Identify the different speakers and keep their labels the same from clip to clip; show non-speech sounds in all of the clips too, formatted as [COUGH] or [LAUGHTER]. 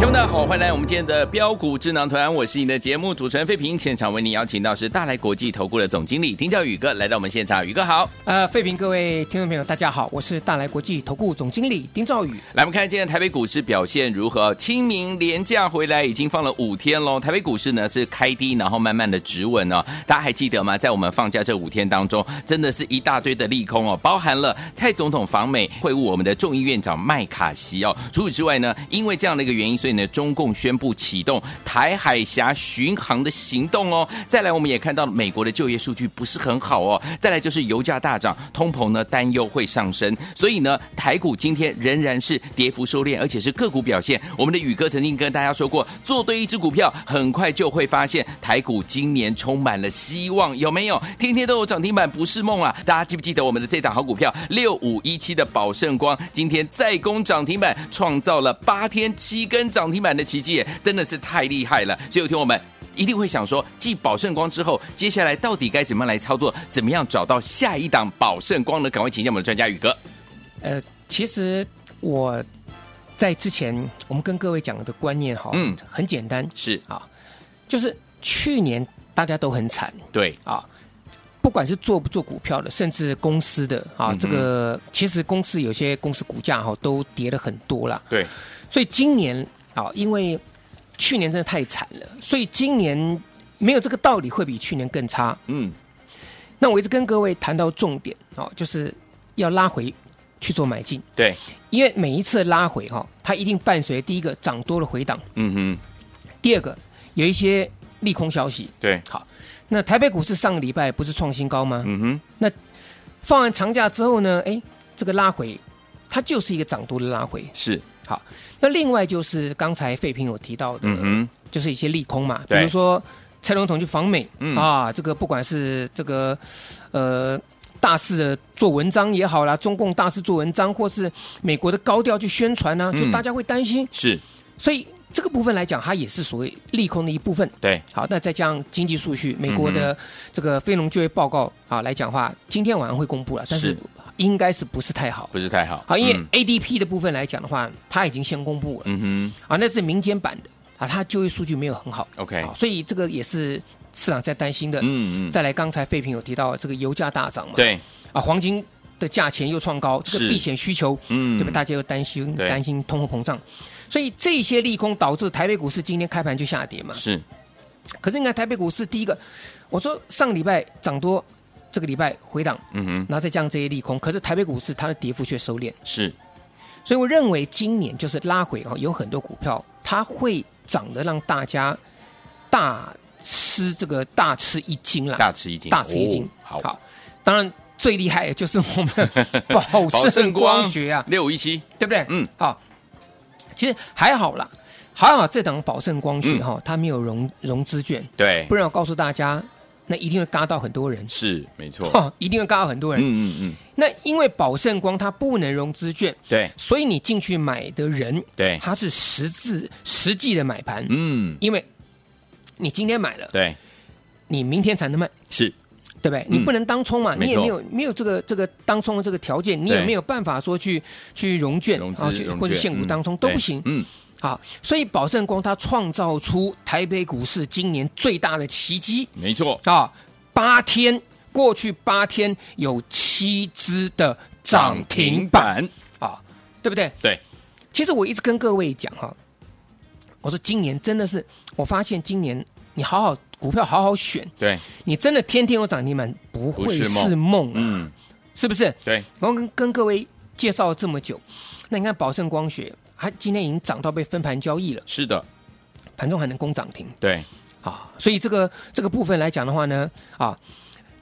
Speaker 1: 听众大家好，欢迎来我们今天的标股智囊团，我是你的节目主持人费平。现场为你邀请到是大来国际投顾的总经理丁兆宇哥来到我们现场，宇哥好。
Speaker 2: 呃，费评各位听众朋友，大家好，我是大来国际投顾总经理丁兆宇。
Speaker 1: 来，我们看今天台北股市表现如何？清明连假回来已经放了五天喽，台北股市呢是开低，然后慢慢的止稳哦。大家还记得吗？在我们放假这五天当中，真的是一大堆的利空哦，包含了蔡总统访美会晤我们的众议院长麦卡锡哦。除此之外呢，因为这样的一个原因，所以呢，中共宣布启动台海峡巡航的行动哦。再来，我们也看到美国的就业数据不是很好哦。再来就是油价大涨，通膨呢担忧会上升，所以呢，台股今天仍然是跌幅收敛，而且是个股表现。我们的宇哥曾经跟大家说过，做对一只股票，很快就会发现台股今年充满了希望，有没有？天天都有涨停板不是梦啊！大家记不记得我们的这档好股票六五一七的宝盛光，今天再攻涨停板，创造了八天七根涨停板的奇迹耶，真的是太厉害了！所以有听我们。一定会想说，继宝盛光之后，接下来到底该怎么样来操作？怎么样找到下一档宝盛光呢？赶快请教我们的专家宇哥。
Speaker 2: 呃，其实我在之前我们跟各位讲的观念哈，
Speaker 1: 嗯
Speaker 2: 嗯，很简单
Speaker 1: 是
Speaker 2: 啊，就是去年大家都很惨
Speaker 1: 对，
Speaker 2: 啊，不管是做不做股票的，甚至公司的
Speaker 1: 嗯
Speaker 2: 啊，
Speaker 1: 哼
Speaker 2: 这个其实公司有些公司股价哈都跌了很多啦。
Speaker 1: 对，
Speaker 2: 所以今年啊，因为去年真的太惨了，所以今年没有这个道理会比去年更差。
Speaker 1: 嗯，
Speaker 2: 那我一直跟各位谈到重点哦，就是要拉回去做买进，
Speaker 1: 对，
Speaker 2: 因为每一次拉回哈、哦，它一定伴随第一个涨多了回档，
Speaker 1: 嗯
Speaker 2: 第二个有一些利空消息
Speaker 1: 哼，。对，
Speaker 2: 好，那台北股市上个礼拜不是创新高吗？
Speaker 1: 嗯哼，
Speaker 2: 放完长假之后呢，哎，这个拉回它就是一个涨多的拉回。
Speaker 1: 是，
Speaker 2: 好，那另外就是刚才费平有提到的，
Speaker 1: 嗯哼，
Speaker 2: 就是一些利空嘛，比
Speaker 1: 对
Speaker 2: 如说蔡总统去访美、
Speaker 1: 嗯
Speaker 2: 啊，这个不管是这个呃大肆的做文章也好啦，中共大肆做文章，或是美国的高调去宣传呢、
Speaker 1: 嗯
Speaker 2: 就大家会担心，
Speaker 1: 是，
Speaker 2: 所以这个部分来讲，它也是所谓利空的一部分。
Speaker 1: 对，
Speaker 2: 好，那再加上经济数据，美国
Speaker 1: 嗯
Speaker 2: 的这个非农就业报告啊来讲的话，今天晚上会公布了，但是
Speaker 1: 是
Speaker 2: 应该是不是太好？
Speaker 1: 不是太好。
Speaker 2: 好，因为
Speaker 1: 嗯
Speaker 2: ADP 的部分来讲的话，它已经先公布了，
Speaker 1: 嗯
Speaker 2: 啊，那是民间版的啊，它就业数据没有很好。
Speaker 1: 哼，OK，
Speaker 2: 好所以这个也是市场在担心的。
Speaker 1: 嗯嗯，
Speaker 2: 再来，刚才费平有提到这个油价大涨嘛，
Speaker 1: 对，
Speaker 2: 啊，黄金的价钱又创高，这
Speaker 1: 是
Speaker 2: 个避险需求，
Speaker 1: 嗯
Speaker 2: 对不对？大家又担心
Speaker 1: 对
Speaker 2: 担心通货膨胀，所以这些利空导致台北股市今天开盘就下跌嘛。
Speaker 1: 是，
Speaker 2: 可是你看台北股市第一个，我说上礼拜涨多，这个礼拜回档，
Speaker 1: 嗯哼，
Speaker 2: 然后再加上这些利空，可是台北股市它的跌幅却收敛，
Speaker 1: 是，
Speaker 2: 所以我认为今年就是拉回哦，有很多股票它会涨得让大家大吃这个大吃一惊啦，
Speaker 1: 大吃一惊，
Speaker 2: 大吃一惊
Speaker 1: 哦。好，
Speaker 2: 当然最厉害的就是我们的宝盛光学啊，
Speaker 1: 六一七，
Speaker 2: 对不对？
Speaker 1: 嗯，
Speaker 2: 好，其实还好啦，还好这档宝盛光学哈、它没有融融资券，
Speaker 1: 对
Speaker 2: 不，然我告诉大家，那一定会嘎到很多人，
Speaker 1: 是，没
Speaker 2: [LAUGHS]
Speaker 1: 错，
Speaker 2: 哈，一定会嘎到很多
Speaker 1: 嗯
Speaker 2: 人。
Speaker 1: 嗯嗯，
Speaker 2: 那因为宝盛光它不能融资券，
Speaker 1: 对，
Speaker 2: 所以你进去买的人，
Speaker 1: 对
Speaker 2: 他是实质实际的买盘，
Speaker 1: 嗯，
Speaker 2: 因为你今天买了，
Speaker 1: 对，
Speaker 2: 你明天才能卖，
Speaker 1: 是，
Speaker 2: 对不对？你
Speaker 1: 嗯
Speaker 2: 不能当冲嘛，
Speaker 1: 没
Speaker 2: 你也
Speaker 1: 错
Speaker 2: 没有没有这个这个当冲的这个条件，你
Speaker 1: 对
Speaker 2: 也没有办法说去去融券
Speaker 1: 融资
Speaker 2: 啊，去
Speaker 1: 融
Speaker 2: 或者
Speaker 1: 券
Speaker 2: 现股
Speaker 1: 嗯
Speaker 2: 当冲都
Speaker 1: 对
Speaker 2: 不行
Speaker 1: 嗯，
Speaker 2: 啊。所以宝盛光它创造出台北股市今年最大的奇迹
Speaker 1: 没错，
Speaker 2: 啊，八天过去八天有七只的涨停板
Speaker 1: 板，
Speaker 2: 啊，对不对？
Speaker 1: 对，
Speaker 2: 其实我一直跟各位讲哈，我说今年真的是，我发现今年你好好股票好好选，
Speaker 1: 对，
Speaker 2: 你真的天天有涨停板不
Speaker 1: 不
Speaker 2: 会
Speaker 1: 是梦
Speaker 2: 是梦啊，
Speaker 1: 嗯，
Speaker 2: 是不是？
Speaker 1: 对，
Speaker 2: 然后跟跟各位介绍了这么久，那你看宝盛光学，它今天已经涨到被分盘交易了，
Speaker 1: 是的，
Speaker 2: 盘中还能攻涨停，
Speaker 1: 对，
Speaker 2: 啊，所以这个这个部分来讲的话呢，啊，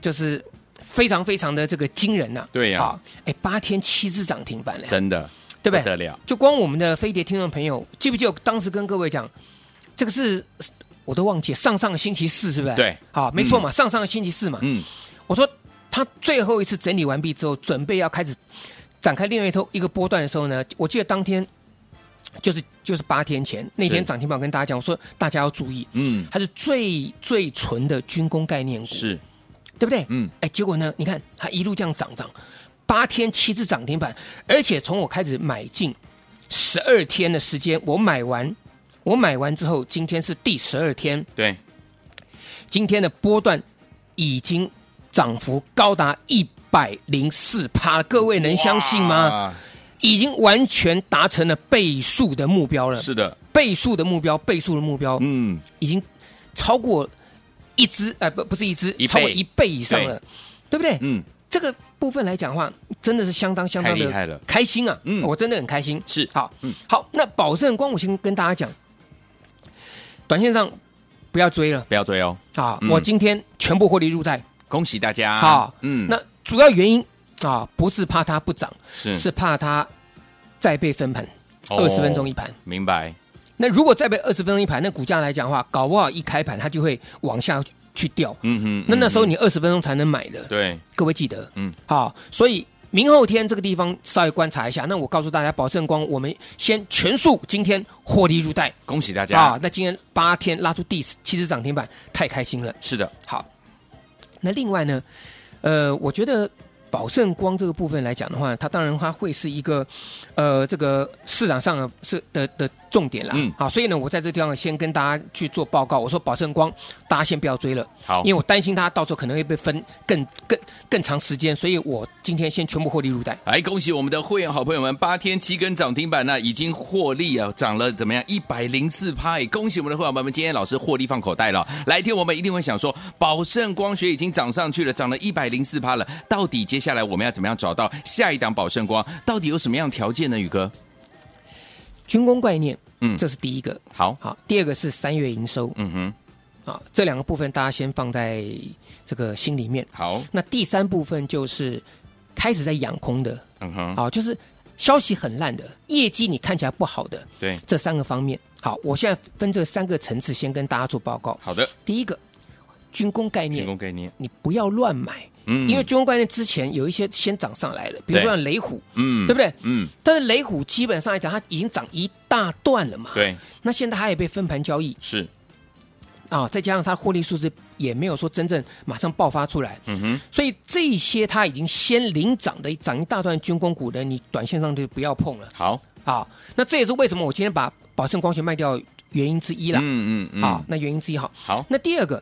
Speaker 2: 就是非常非常的这个惊人呐、
Speaker 1: 对呀
Speaker 2: 啊，哎、八天七只涨停板嘞，
Speaker 1: 真的
Speaker 2: 对不对？
Speaker 1: 不得了，
Speaker 2: 就光我们的飞碟听众朋友，记不记得我当时跟各位讲，这个是我都忘记上上个星期四是不是？
Speaker 1: 对
Speaker 2: 好，没错嘛，上上个星期四嘛，
Speaker 1: 嗯，
Speaker 2: 我说他最后一次整理完毕之后，准备要开始展开另外一头一个波段的时候呢，我记得当天就是就是八天前那天
Speaker 1: 是
Speaker 2: 涨停板我跟大家讲，我说大家要注意，
Speaker 1: 嗯
Speaker 2: 它是最最纯的军工概念股，
Speaker 1: 是，
Speaker 2: 对不对？
Speaker 1: 嗯，
Speaker 2: 哎，结果呢，你看它一路这样涨涨，八天七只涨停板，而且从我开始买进十二天的时间，我买完，我买完之后，今天是第十二天，
Speaker 1: 对，
Speaker 2: 今天的波段已经涨幅高达一百零四趴，各位能相信吗？
Speaker 1: 哇？
Speaker 2: 已经完全达成了倍数的目标了，
Speaker 1: 是的，
Speaker 2: 倍数的目标，倍数的目标，
Speaker 1: 嗯，
Speaker 2: 已经超过一只，呃，不，不是一只，
Speaker 1: 一倍
Speaker 2: 超过一倍以上了，对不对？
Speaker 1: 嗯，
Speaker 2: 这个部分来讲的话，真的是相当相当
Speaker 1: 太厉害了
Speaker 2: 的开心啊！
Speaker 1: 嗯
Speaker 2: 我真的很开心。
Speaker 1: 是
Speaker 2: 好，
Speaker 1: 嗯
Speaker 2: 好，那保证光我先跟大家讲，短线上不要追了
Speaker 1: 不要追哦，
Speaker 2: 啊！
Speaker 1: 嗯
Speaker 2: 我今天全部获利入袋
Speaker 1: 恭喜大家
Speaker 2: 啊！
Speaker 1: 嗯，
Speaker 2: 那主要原因啊，不是怕它不涨，
Speaker 1: 是
Speaker 2: 是怕它再被分盘，二十分钟一，
Speaker 1: 嗯哦
Speaker 2: 盘。
Speaker 1: 明白，
Speaker 2: 那如果再被二十分钟一盘，那股价来讲的话，搞不好一开盘它就会往下去掉。
Speaker 1: 嗯哼，
Speaker 2: 那
Speaker 1: 嗯
Speaker 2: 那时候
Speaker 1: 哼
Speaker 2: 你二十分钟才能买的，
Speaker 1: 对
Speaker 2: 各位记得，
Speaker 1: 嗯
Speaker 2: 嗯，好，所以明后天这个地方稍微观察一下。那我告诉大家，保证光我们先全数今天获利入袋
Speaker 1: 恭喜大家
Speaker 2: 啊！那今天八天拉出第七只涨停板，太开心了。
Speaker 1: 是的，
Speaker 2: 好，那另外呢，呃，我觉得宝盛光这个部分来讲的话，它当然它会是一个呃这个市场上的是的的重点啦。
Speaker 1: 嗯
Speaker 2: 嗯，好，所以呢，我在这地方先跟大家去做报告，我说宝盛光大家先不要追了，
Speaker 1: 好，
Speaker 2: 因为我担心它到时候可能会被分更更更长时间，所以我今天先全部获利入袋。
Speaker 1: 来，哎恭喜我们的会员好朋友们，八天七根涨停板呢，已经获利啊，涨了怎么样？一百零四趴，哎恭喜我们的会员朋友们，今天老师获利放口袋了。来天我们一定会想说，宝盛光学已经涨上去了，涨了一百零四趴了，到底接下来我们要怎么样找到下一档宝盛光？到底有什么样条件呢？宇哥，
Speaker 2: 军工概念，
Speaker 1: 嗯
Speaker 2: 嗯，这是第一个。
Speaker 1: 好，
Speaker 2: 好，第二个是三月营收，
Speaker 1: 嗯哼，
Speaker 2: 啊，这两个部分大家先放在这个心里面。
Speaker 1: 好，
Speaker 2: 那第三部分就是开始在养空的，
Speaker 1: 嗯哼，
Speaker 2: 好，就是消息很烂的，业绩你看起来不好的，
Speaker 1: 对，
Speaker 2: 这三个方面。好，我现在分这三个层次先跟大家做报告。
Speaker 1: 好的，
Speaker 2: 第一个，军工概
Speaker 1: 提供
Speaker 2: 念，
Speaker 1: 概念，
Speaker 2: 你不要乱买，
Speaker 1: 嗯
Speaker 2: 因为军工概念之前有一些先涨上来了，比如说
Speaker 1: 对
Speaker 2: 像雷虎，
Speaker 1: 嗯
Speaker 2: 对不对？
Speaker 1: 嗯，
Speaker 2: 但是雷虎基本上来讲，它已经涨一大段了嘛。。
Speaker 1: 对，
Speaker 2: 那现在它也被分盘交易
Speaker 1: 是，
Speaker 2: 啊，再加上它获利数字也没有说真正马上爆发出来，
Speaker 1: 嗯哼，
Speaker 2: 所以这些它已经先领涨的涨一大段军工股的，你短线上就不要碰了
Speaker 1: 好，
Speaker 2: 啊。那这也是为什么我今天把宝盛光学卖掉原因之一啦。
Speaker 1: 嗯嗯嗯，
Speaker 2: 啊，那原因之一好。
Speaker 1: 好，
Speaker 2: 那第二个，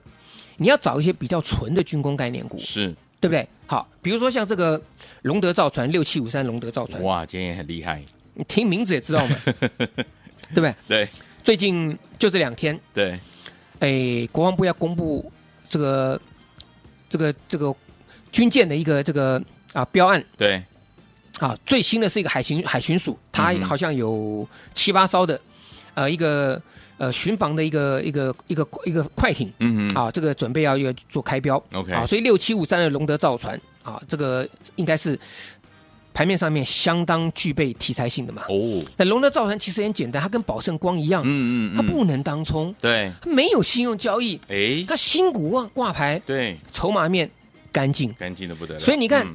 Speaker 2: 你要找一些比较纯的军工概念股，
Speaker 1: 是，
Speaker 2: 对不对？好，比如说像这个龙德造船六七五三龙德造船，
Speaker 1: 哇，今天也很厉害，
Speaker 2: 你听名字也
Speaker 1: [LAUGHS]
Speaker 2: 知道嘛，对不对？
Speaker 1: 对
Speaker 2: 最近就这两天，
Speaker 1: 对，
Speaker 2: 哎，国防部要公布这个这个这个军舰的一个这个啊标案
Speaker 1: 对，
Speaker 2: 啊，最新的是一个海巡海巡署，它
Speaker 1: 嗯哼
Speaker 2: 好像有七八艘的呃一个呃巡防的一个一个一个一个快艇
Speaker 1: 嗯哼，
Speaker 2: 啊，这个准备要要做开标
Speaker 1: OK
Speaker 2: 啊，所以六七五三的龙德造船啊，这个应该是牌面上面相当具备题材性的嘛。
Speaker 1: 哦，
Speaker 2: 那龙德造船其实很简单，它跟宝盛光一样，
Speaker 1: 嗯
Speaker 2: 它不能当冲，
Speaker 1: 对，
Speaker 2: 它没有信用交易，
Speaker 1: 哎，
Speaker 2: 它新股挂挂牌，
Speaker 1: 对，
Speaker 2: 筹码面干净。
Speaker 1: 干净的不得了。
Speaker 2: 所以你看
Speaker 1: 嗯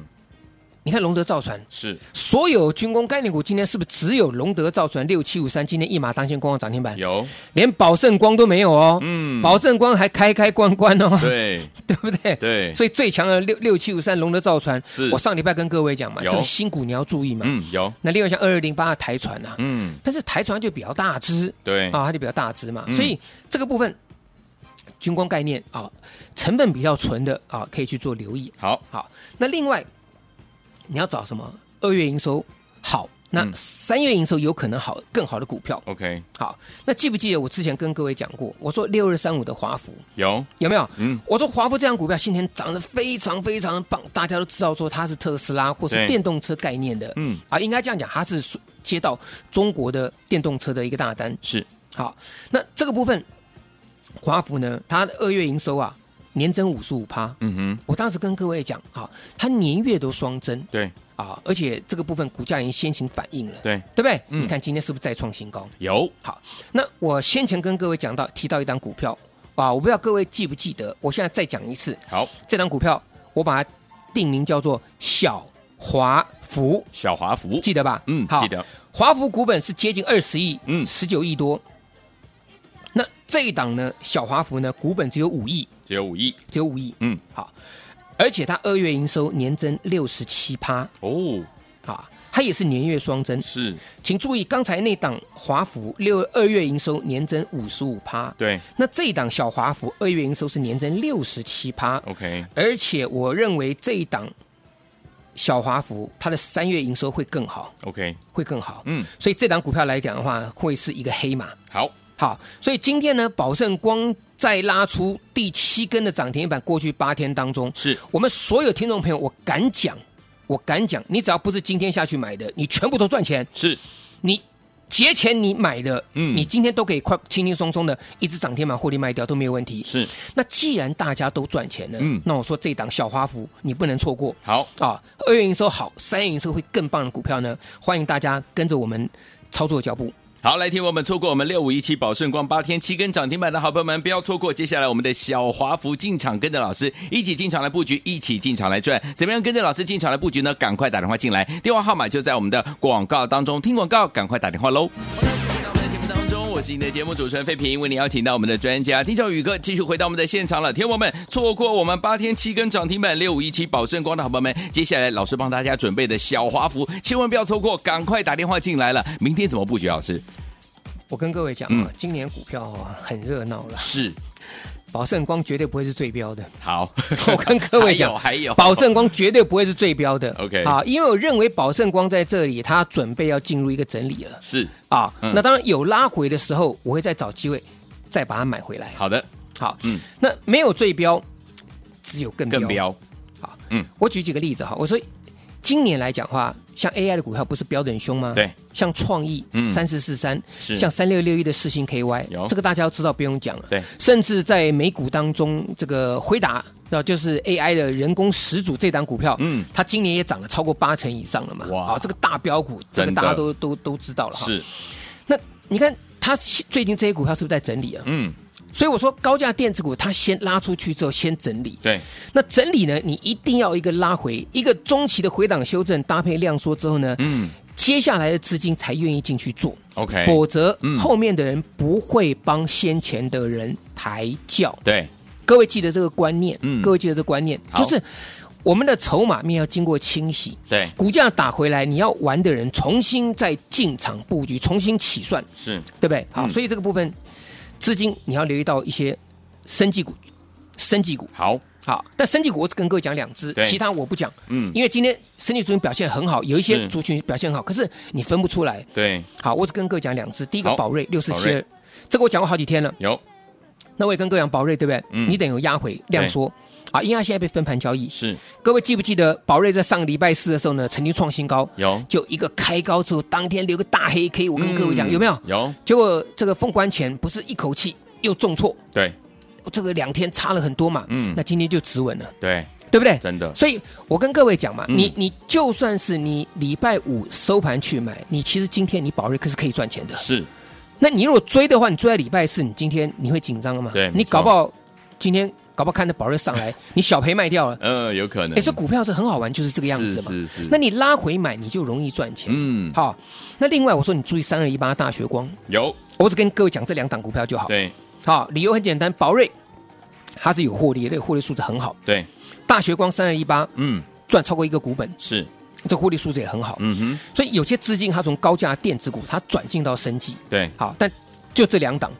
Speaker 2: 你看龙德造船，
Speaker 1: 是
Speaker 2: 所有军工概念股今天是不是只有龙德造船六七五三今天一马当先攻上涨停板，
Speaker 1: 有，
Speaker 2: 连宝盛光都没有哦，
Speaker 1: 嗯，
Speaker 2: 宝盛光还开开关关哦，
Speaker 1: 对
Speaker 2: 对不对？
Speaker 1: 对，
Speaker 2: [LAUGHS] 所以最强的六六七五三龙德造船，
Speaker 1: 是
Speaker 2: 我上礼拜跟各位讲嘛，
Speaker 1: 有
Speaker 2: 这个新股你要注意嘛。
Speaker 1: 嗯有，
Speaker 2: 那另外像二二零八的台船呐、啊，
Speaker 1: 嗯
Speaker 2: 但是台船就比较大只
Speaker 1: 对，
Speaker 2: 啊，它就比较大只嘛，
Speaker 1: 哎嗯
Speaker 2: 所以这个部分军工概念啊，成分比较纯的啊，可以去做留意。
Speaker 1: 好，
Speaker 2: 好，那另外你要找什么？二月营收好，那
Speaker 1: 嗯
Speaker 2: 三月营收有可能好更好的股票。
Speaker 1: ，OK，
Speaker 2: 好，那记不记得我之前跟各位讲过，我说六二三五的华孚
Speaker 1: 有，
Speaker 2: 有没有？
Speaker 1: 嗯，
Speaker 2: 我说华孚这张股票今天涨得非常非常棒，大家都知道说它是特斯拉或
Speaker 1: 对
Speaker 2: 是电动车概念的，
Speaker 1: 嗯
Speaker 2: 啊，应该这样讲，它是属接到中国的电动车的一个大单。
Speaker 1: 是
Speaker 2: 好，那这个部分华孚呢，它的二月营收啊，年增五十五趴。
Speaker 1: 嗯哼，
Speaker 2: 我当时跟各位讲啊，它年月都双增
Speaker 1: 对
Speaker 2: 啊，而且这个部分股价已经先行反应了，
Speaker 1: 对，
Speaker 2: 对不对？
Speaker 1: 嗯
Speaker 2: 你看今天是不是再创新高？
Speaker 1: 有，
Speaker 2: 好，那我先前跟各位讲到提到一档股票啊，我不知道各位记不记得，我现在再讲一次，
Speaker 1: 好，
Speaker 2: 这档股票我把它定名叫做小华孚，
Speaker 1: 小华福，
Speaker 2: 记得吧？
Speaker 1: 嗯，
Speaker 2: 好
Speaker 1: 记得，
Speaker 2: 华孚股本是接近二十亿，
Speaker 1: 嗯
Speaker 2: 嗯，十九亿多。那这一档呢，小华孚呢，股本只有五亿，
Speaker 1: 只有五亿，
Speaker 2: 只有五亿，
Speaker 1: 嗯，
Speaker 2: 好，而且它二月营收年增六十七趴，
Speaker 1: 哦，
Speaker 2: 啊，它也是年月双增。
Speaker 1: 是，
Speaker 2: 请注意，刚才那档华孚六二月营收年增五十五趴，
Speaker 1: 对
Speaker 2: 那这一档小华孚二月营收是年增六十七趴，
Speaker 1: ，OK，
Speaker 2: 而且我认为这一档小华孚它的三月营收会更好，
Speaker 1: OK，
Speaker 2: 会更好，
Speaker 1: 嗯，
Speaker 2: 所以这档股票来讲的话，会是一个黑马。
Speaker 1: 好，
Speaker 2: 好，所以今天呢，宝盛光再拉出第七根的涨停板，过去八天当中，
Speaker 1: 是
Speaker 2: 我们所有听众朋友，我敢讲，我敢讲，你只要不是今天下去买的，你全部都赚钱。
Speaker 1: 是，
Speaker 2: 你节前你买的，
Speaker 1: 嗯
Speaker 2: 你今天都可以快轻轻松松的一只涨停板获利卖掉都没有问题。
Speaker 1: 是，
Speaker 2: 那既然大家都赚钱了，
Speaker 1: 嗯
Speaker 2: 那我说这档小花幅你不能错过。
Speaker 1: 好，
Speaker 2: 啊，二月营收好，三月营收会更棒的股票呢，欢迎大家跟着我们操作脚步。
Speaker 1: 好，来听我们错过我们六五一七宝盛光八天七根涨停板的好朋友们，不要错过接下来我们的小华福进场，跟着老师一起进场来布局，一起进场来赚。怎么样跟着老师进场来布局呢？赶快打电话进来，电话号码就在我们的广告当中，听广告赶快打电话喽。回到我们的节目当中，我是你的节目主持人费平，为你邀请到我们的专家丁兆宇哥继续回到我们的现场了。天王们，错过我们八天七根涨停板六五一七保证光的好朋友们，接下来老师帮大家准备的小华服，千万不要错过，赶快打电话进来了。明天怎么布局？老师
Speaker 2: 我跟各位讲
Speaker 1: 嗯
Speaker 2: 啊，今年股票啊很热闹了，
Speaker 1: 是
Speaker 2: 宝盛光绝对不会是最标的。
Speaker 1: 好，
Speaker 2: [LAUGHS] 我跟各位讲，
Speaker 1: 还有还有
Speaker 2: 宝盛光绝对不会是最标的。
Speaker 1: [LAUGHS] OK
Speaker 2: 啊，因为我认为宝盛光在这里，它准备要进入一个整理了
Speaker 1: 是
Speaker 2: 啊。
Speaker 1: 嗯
Speaker 2: 那当然有拉回的时候，我会再找机会再把它买回来。
Speaker 1: 好的，
Speaker 2: 好，
Speaker 1: 嗯
Speaker 2: 嗯，那没有最标，只有更标。
Speaker 1: 更标
Speaker 2: 好，
Speaker 1: 嗯
Speaker 2: 嗯，我举几个例子哈，我说今年来讲的话，像 AI 的股票不是标的很凶吗？
Speaker 1: 对，
Speaker 2: 像创意，
Speaker 1: 嗯
Speaker 2: 嗯，三四四三，
Speaker 1: 是
Speaker 2: 像三六六一的四星 KY，
Speaker 1: 有
Speaker 2: 这个大家要知道，不用讲了。
Speaker 1: 对
Speaker 2: 甚至在美股当中，这个辉达。那就是 AI 的人工始祖这档股票，
Speaker 1: 嗯
Speaker 2: 嗯，它今年也涨了超过八成以上了嘛，
Speaker 1: 哇
Speaker 2: 啊，这个大标股，这个
Speaker 1: 真的
Speaker 2: 大家都都都知道了哈。
Speaker 1: 是
Speaker 2: 那你看它最近这些股票是不是在整理啊？
Speaker 1: 嗯
Speaker 2: 所以我说高价电子股它先拉出去之后先整理，
Speaker 1: 对
Speaker 2: 那整理呢，你一定要一个拉回，一个中期的回档修正搭配量缩之后呢，
Speaker 1: 嗯
Speaker 2: 接下来的资金才愿意进去做。
Speaker 1: OK
Speaker 2: 否则、
Speaker 1: 嗯
Speaker 2: 后面的人不会帮先前的人抬轿。
Speaker 1: 对
Speaker 2: 各位记得这个观念，
Speaker 1: 嗯
Speaker 2: 各位记得这个观念，
Speaker 1: 好
Speaker 2: 就是我们的筹码面要经过清洗，
Speaker 1: 对
Speaker 2: 股价打回来，你要玩的人重新再进场布局，重新起算，
Speaker 1: 是
Speaker 2: 对不对？好，
Speaker 1: 嗯
Speaker 2: 所以这个部分资金你要留意到一些生技股，生技股。
Speaker 1: 好
Speaker 2: 好，但生技股我只跟各位讲两只
Speaker 1: 对，
Speaker 2: 其他我不讲，
Speaker 1: 嗯
Speaker 2: 因为今天生技族群表现很好，有一些
Speaker 1: 是
Speaker 2: 族群表现很好，可是你分不出来。
Speaker 1: 对
Speaker 2: 好，我只跟各位讲两只，第一个
Speaker 1: 好
Speaker 2: 宝瑞六四
Speaker 1: 宝
Speaker 2: 七
Speaker 1: 瑞
Speaker 2: 二，这个我讲过好几天了，
Speaker 1: 有
Speaker 2: 那我也跟各位讲宝瑞对不对？
Speaker 1: 嗯
Speaker 2: 你等有压回量缩啊，因为它现在被分盘交易。
Speaker 1: 是
Speaker 2: 各位记不记得宝瑞在上个礼拜四的时候呢，曾经创新高，
Speaker 1: 有
Speaker 2: 就一个开高之后，当天留个大黑 K，我跟各位讲、
Speaker 1: 嗯
Speaker 2: 有没有？
Speaker 1: 有
Speaker 2: 结果这个封关前不是一口气又重挫，
Speaker 1: 对
Speaker 2: 这个两天差了很多嘛，
Speaker 1: 嗯
Speaker 2: 嗯，那今天就止稳了，
Speaker 1: 对
Speaker 2: 对不对？
Speaker 1: 真的
Speaker 2: 所以我跟各位讲嘛，
Speaker 1: 嗯
Speaker 2: 你你就算是你礼拜五收盘去买，你其实今天你宝瑞可是可以赚钱的。
Speaker 1: 是
Speaker 2: 那你如果追的话，你追在礼拜四，你今天你会紧张了吗？
Speaker 1: 对没
Speaker 2: 你
Speaker 1: 错
Speaker 2: 搞不好今天搞不好看到宝瑞
Speaker 1: [LAUGHS]
Speaker 2: 上来，你小赔卖掉了。
Speaker 1: 呃有可能
Speaker 2: 哎，所以股票是很好玩，就是这个样子嘛。
Speaker 1: 是是是
Speaker 2: 那你拉回买，你就容易赚钱。
Speaker 1: 嗯
Speaker 2: 好，那另外我说你注意三二一八大学光，
Speaker 1: 有
Speaker 2: 我只跟各位讲这两档股票就好。
Speaker 1: 对
Speaker 2: 好，理由很简单，宝瑞它是有获利，那个获利数字很好。
Speaker 1: 对
Speaker 2: 大学光三二一八
Speaker 1: 嗯
Speaker 2: 赚超过一个股本，
Speaker 1: 是
Speaker 2: 这获利数字也很好。
Speaker 1: 嗯哼
Speaker 2: 所以有些资金它从高价电子股它转进到生技，
Speaker 1: 对
Speaker 2: 好，但就这两档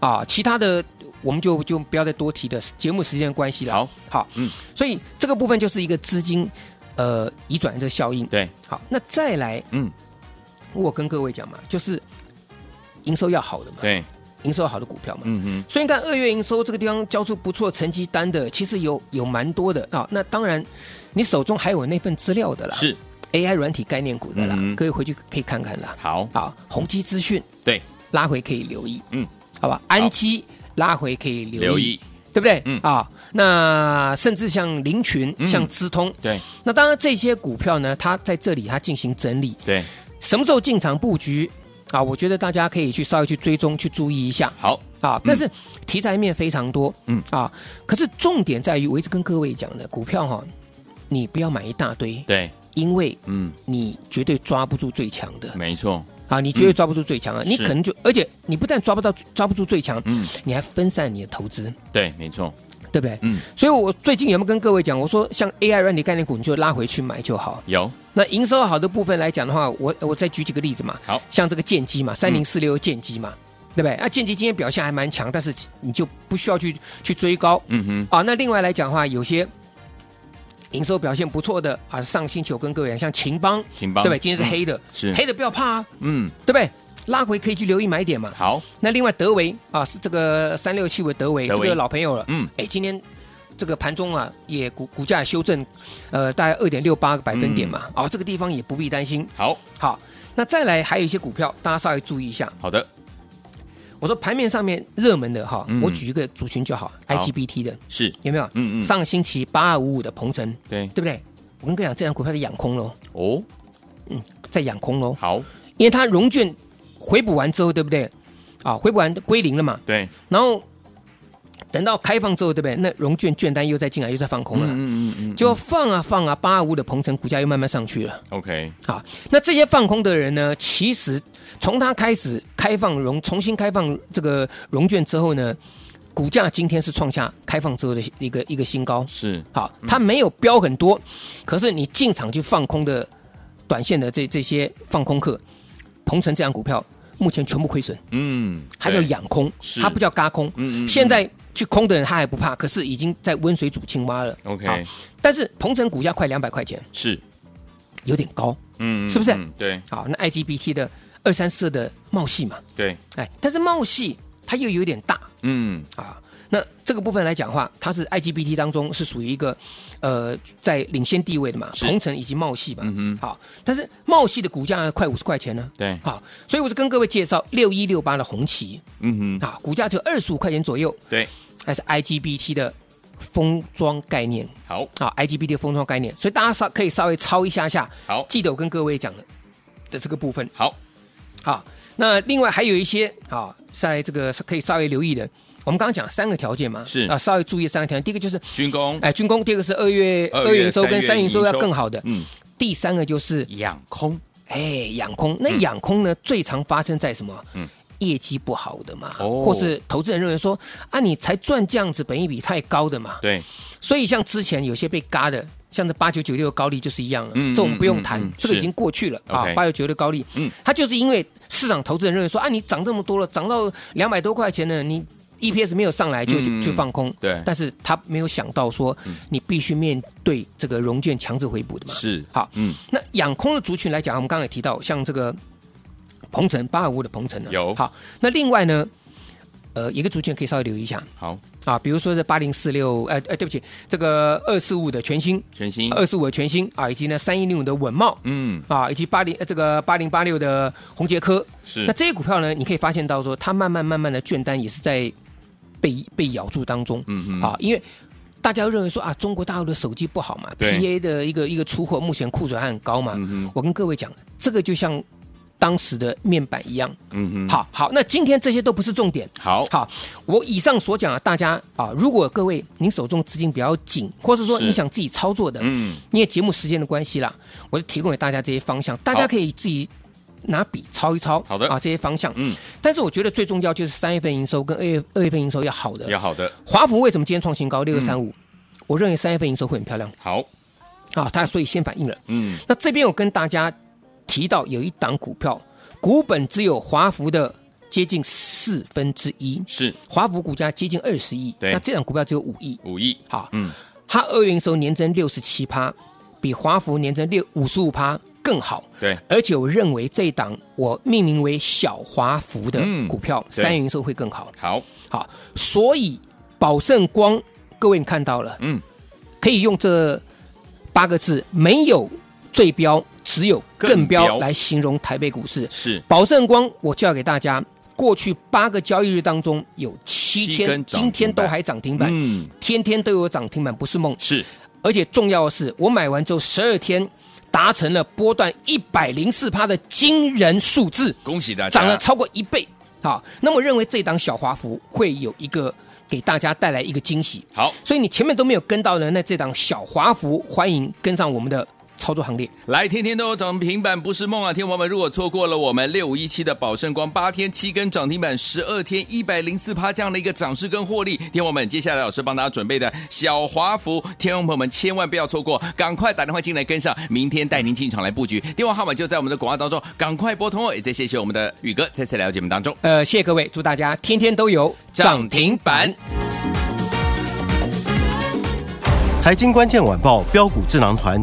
Speaker 2: 啊，其他的我们就就不要再多提了，节目时间的关系了。
Speaker 1: 好，
Speaker 2: 好，
Speaker 1: 嗯
Speaker 2: 嗯，所以这个部分就是一个资金呃移转的这个效应。
Speaker 1: 对
Speaker 2: 好，那再来
Speaker 1: 嗯
Speaker 2: 我跟各位讲嘛，就是营收要好的嘛，
Speaker 1: 对
Speaker 2: 营收要好的股票嘛。
Speaker 1: 嗯哼
Speaker 2: 所以你看二月营收这个地方交出不错成绩单的，其实有有蛮多的啊。那当然，你手中还有那份资料的啦，
Speaker 1: 是
Speaker 2: AI 软体概念股的啦，
Speaker 1: 嗯
Speaker 2: 各位回去可以看看啦。
Speaker 1: 好
Speaker 2: 好，宏基资讯
Speaker 1: 对
Speaker 2: 拉回可以留意，
Speaker 1: 嗯
Speaker 2: 好吧？安基拉回可以留意，
Speaker 1: 留意
Speaker 2: 对不对？
Speaker 1: 嗯
Speaker 2: 啊，那甚至像林群、
Speaker 1: 嗯
Speaker 2: 像资通，
Speaker 1: 对
Speaker 2: 那当然这些股票呢，它在这里它进行整理，
Speaker 1: 对，
Speaker 2: 什么时候进场布局啊？我觉得大家可以去稍微去追踪、去注意一下
Speaker 1: 好，
Speaker 2: 啊。但是题材面非常多，
Speaker 1: 嗯
Speaker 2: 啊，可是重点在于我一直跟各位讲的，股票哈、你不要买一大堆，
Speaker 1: 对，
Speaker 2: 因为
Speaker 1: 嗯，
Speaker 2: 你绝对抓不住最强的
Speaker 1: 没错，
Speaker 2: 啊，你绝对抓不住最强的，你
Speaker 1: 嗯是
Speaker 2: 可能就而且你不但抓不到抓不住最强，
Speaker 1: 嗯，
Speaker 2: 你还分散你的投资，
Speaker 1: 对，没错，
Speaker 2: 对不对？
Speaker 1: 嗯，
Speaker 2: 所以我最近有没有跟各位讲，我说像 AI 软体概念股，你就拉回去买就好。
Speaker 1: 有，
Speaker 2: 那营收好的部分来讲的话，我我再举几个例子嘛，
Speaker 1: 好嗯
Speaker 2: 像这个剑机嘛，三零四六剑机嘛，对不对？啊，剑机今天表现还蛮强，但是你就不需要去去追高
Speaker 1: 嗯哼，
Speaker 2: 啊。那另外来讲的话，有些营收表现不错的啊，上星期我跟各位讲，像秦邦，
Speaker 1: 请
Speaker 2: 对
Speaker 1: 帮，嗯
Speaker 2: 不对？今天是黑的，
Speaker 1: 是
Speaker 2: 黑的不要怕啊，
Speaker 1: 嗯，
Speaker 2: 对不对？拉回可以去留意买点嘛。
Speaker 1: 好，
Speaker 2: 那另外德维啊，是这个三六七五德维，
Speaker 1: 德
Speaker 2: 这
Speaker 1: 维
Speaker 2: 个老朋友了，
Speaker 1: 嗯，
Speaker 2: 哎，今天这个盘中啊，也股股价也修正，呃，大概二点六八个百分点嘛，
Speaker 1: 嗯
Speaker 2: 哦，这个地方也不必担心。
Speaker 1: 好，
Speaker 2: 好，那再来还有一些股票，大家稍微注意一下。
Speaker 1: 好的，
Speaker 2: 我说盘面上面热门的哈，
Speaker 1: 嗯
Speaker 2: 我举一个族群就好
Speaker 1: 好
Speaker 2: ，IGBT 的
Speaker 1: 是，
Speaker 2: 有没有？
Speaker 1: 嗯嗯，
Speaker 2: 上星期八二五五的鹏程，
Speaker 1: 对，
Speaker 2: 对不对？我跟各位讲，这张股票在养空喽，
Speaker 1: 哦，
Speaker 2: 在养空喽，
Speaker 1: 好，
Speaker 2: 因为它融券回补完之后，对不对？啊，回补完归零了嘛，
Speaker 1: 对，
Speaker 2: 然后等到开放之后，对不对？那融券券单又再进来，又再放空了。
Speaker 1: 嗯嗯嗯
Speaker 2: 就放啊放啊，八二五的鹏程股价又慢慢上去了。
Speaker 1: ，OK，
Speaker 2: 好，那这些放空的人呢，其实从他开始开放融，重新开放这个融券之后呢，股价今天是创下开放之后的一个一个新高。
Speaker 1: 是，
Speaker 2: 好，它没有飙很多，可是你进场去放空的短线的这这些放空客，鹏程这样股票目前全部亏损，
Speaker 1: 嗯，
Speaker 2: 它叫养空
Speaker 1: 是，
Speaker 2: 它不叫嘎空。
Speaker 1: 嗯，嗯嗯，
Speaker 2: 现在去空的人他还不怕，可是已经在温水煮青蛙了。好
Speaker 1: OK，
Speaker 2: 但是鹏程股价快两百块钱，
Speaker 1: 是，
Speaker 2: 有点高。
Speaker 1: 嗯，
Speaker 2: 是不是
Speaker 1: 嗯对
Speaker 2: 好，那 IGBT 的二三四的茂系嘛，
Speaker 1: 对，
Speaker 2: 哎，但是茂系它又有点大
Speaker 1: 嗯，
Speaker 2: 啊。那这个部分来讲的话，它是 IGBT 当中是属于一个呃在领先地位的嘛，
Speaker 1: 是
Speaker 2: 同城以及茂系嘛。
Speaker 1: 嗯哼
Speaker 2: 好，但是茂系的股价呢快五十块钱呢。
Speaker 1: 对，
Speaker 2: 好，所以我就跟各位介绍六一六八的红旗
Speaker 1: 嗯哼，
Speaker 2: 啊，股价就二十五块钱左右，
Speaker 1: 对，
Speaker 2: 还是 IGBT 的封装概念
Speaker 1: 好，
Speaker 2: 啊，IGBT 的封装概念，所以大家稍可以稍微抄一下下，
Speaker 1: 好，
Speaker 2: 记得我跟各位讲的的这个部分。
Speaker 1: 好，
Speaker 2: 好，那另外还有一些啊，在这个是可以稍微留意的。我们刚刚讲三个条件嘛，
Speaker 1: 是
Speaker 2: 啊，稍微注意三个条件。第一个就是
Speaker 1: 军工，
Speaker 2: 哎军工，第二个是二月
Speaker 1: 二月
Speaker 2: 二月营收跟
Speaker 1: 三
Speaker 2: 三
Speaker 1: 月
Speaker 2: 月营收
Speaker 1: 营
Speaker 2: 要
Speaker 1: 收
Speaker 2: 更好的，
Speaker 1: 嗯，
Speaker 2: 第三个就是
Speaker 1: 养空，
Speaker 2: 哎养空。那养空呢，最常发生在什么？
Speaker 1: 嗯
Speaker 2: 嗯。业绩不好的嘛，
Speaker 1: 哦
Speaker 2: 或是投资人认为说啊，你才赚这样子，本益比太高的嘛，
Speaker 1: 对，
Speaker 2: 所以像之前有些被嘎的，像这八九九六高利就是一样了，
Speaker 1: 嗯
Speaker 2: 这我们不用谈，
Speaker 1: 嗯嗯嗯
Speaker 2: 这个
Speaker 1: 是
Speaker 2: 已经过去了啊
Speaker 1: OK
Speaker 2: 八九九六高利，
Speaker 1: 嗯
Speaker 2: 嗯，它就是因为市场投资人认为说啊，你涨这么多了，涨到两百多块钱了，你 EPS 没有上来就、
Speaker 1: 嗯嗯嗯
Speaker 2: 就就放空，
Speaker 1: 对嗯
Speaker 2: 但是他没有想到说，你必须面对这个融券强制回补的嘛。
Speaker 1: 是，
Speaker 2: 好，
Speaker 1: 嗯，
Speaker 2: 那养空的族群来讲，啊我们刚才也提到，像这个鹏程八二五的鹏程呢，啊
Speaker 1: 有
Speaker 2: 好，那另外呢，呃，一个族群可以稍微留意一下，
Speaker 1: 好，
Speaker 2: 啊，比如说是八零四六，呃呃，对不起，这个二四五的全新，
Speaker 1: 全新，
Speaker 2: 二四五的全新啊，以及呢三一零五的稳茂
Speaker 1: 嗯，
Speaker 2: 啊，以及八零这个八零八六的红杰科。
Speaker 1: 是
Speaker 2: 那，这些股票呢，你可以发现到说，它慢慢慢慢的券单也是在被被咬住当中
Speaker 1: 嗯
Speaker 2: 啊，因为。大家都认为说啊，中国大陆的手机不好嘛
Speaker 1: 对
Speaker 2: ，PA 的一个一个出货目前库存还很高嘛。
Speaker 1: 嗯哼
Speaker 2: 我跟各位讲，这个就像当时的面板一样。
Speaker 1: 嗯哼，
Speaker 2: 好好，那今天这些都不是重点，
Speaker 1: 好，
Speaker 2: 好，我以上所讲啊，大家啊，如果各位您手中资金比较紧，或是说
Speaker 1: 是
Speaker 2: 你想自己操作的，
Speaker 1: 嗯，
Speaker 2: 因为节目时间的关系啦，我就提供给大家这些方向，大家可以自己拿笔抄一抄。
Speaker 1: 好的
Speaker 2: 啊，这些方向。
Speaker 1: 嗯，
Speaker 2: 但是我觉得最重要就是三月份营收跟二月二月份营收要好的。
Speaker 1: 要好嗯的，
Speaker 2: 华孚为什么今天创新高六六三五？我认为三月份营收会很漂亮
Speaker 1: 好，
Speaker 2: 啊，它所以先反应了。
Speaker 1: 嗯，
Speaker 2: 那这边我跟大家提到有一档股票，股本只有华孚的接近四分之一。
Speaker 1: 是
Speaker 2: 华孚股价接近二十亿，
Speaker 1: 对
Speaker 2: 那这档股票只有五亿。
Speaker 1: 五亿，
Speaker 2: 好，
Speaker 1: 嗯，
Speaker 2: 它二月营收年增六十七趴，比华孚年增六五十五趴更好。
Speaker 1: 对，
Speaker 2: 而且我认为这一档我命名为小华孚的
Speaker 1: 嗯
Speaker 2: 股票，
Speaker 1: 对
Speaker 2: 三月营收会更好。
Speaker 1: 好，
Speaker 2: 好，所以宝盛光，各位你看到了，
Speaker 1: 嗯，
Speaker 2: 可以用这八个字：没有最标，只有更
Speaker 1: 更标
Speaker 2: 标来形容台北股市。
Speaker 1: 是，
Speaker 2: 宝盛光，我教给大家，过去八个交易日当中有七
Speaker 1: 七
Speaker 2: 天
Speaker 1: 根，涨停板
Speaker 2: 今天都还涨停板，
Speaker 1: 嗯
Speaker 2: 天天都有涨停板，不是梦。
Speaker 1: 是
Speaker 2: 而且重要的是，我买完之后十二天达成了波段一百零四趴的惊人数字，
Speaker 1: 恭喜大家，
Speaker 2: 涨了超过一倍。好，那么认为这档小华服会有一个给大家带来一个惊喜。
Speaker 1: 好，
Speaker 2: 所以你前面都没有跟到的，那这档小华服欢迎跟上我们的操作行列。
Speaker 1: 来，天天都有涨停板不是梦啊！天王们，如果错过了我们六五一七的宝盛光八天七根涨停板，十二天一百零四趴这样的一个涨势跟获利，天王们，接下来老师帮大家准备的小华服，天王朋友们千万不要错过，赶快打电话进来跟上，明天带您进场来布局。电话号码就在我们的广告当中，赶快拨通哦！也再谢谢我们的宇哥再次来到节目当中。
Speaker 2: 呃，谢谢各位，祝大家天天都有
Speaker 1: 涨停板。
Speaker 3: 财经关键晚报标股智囊团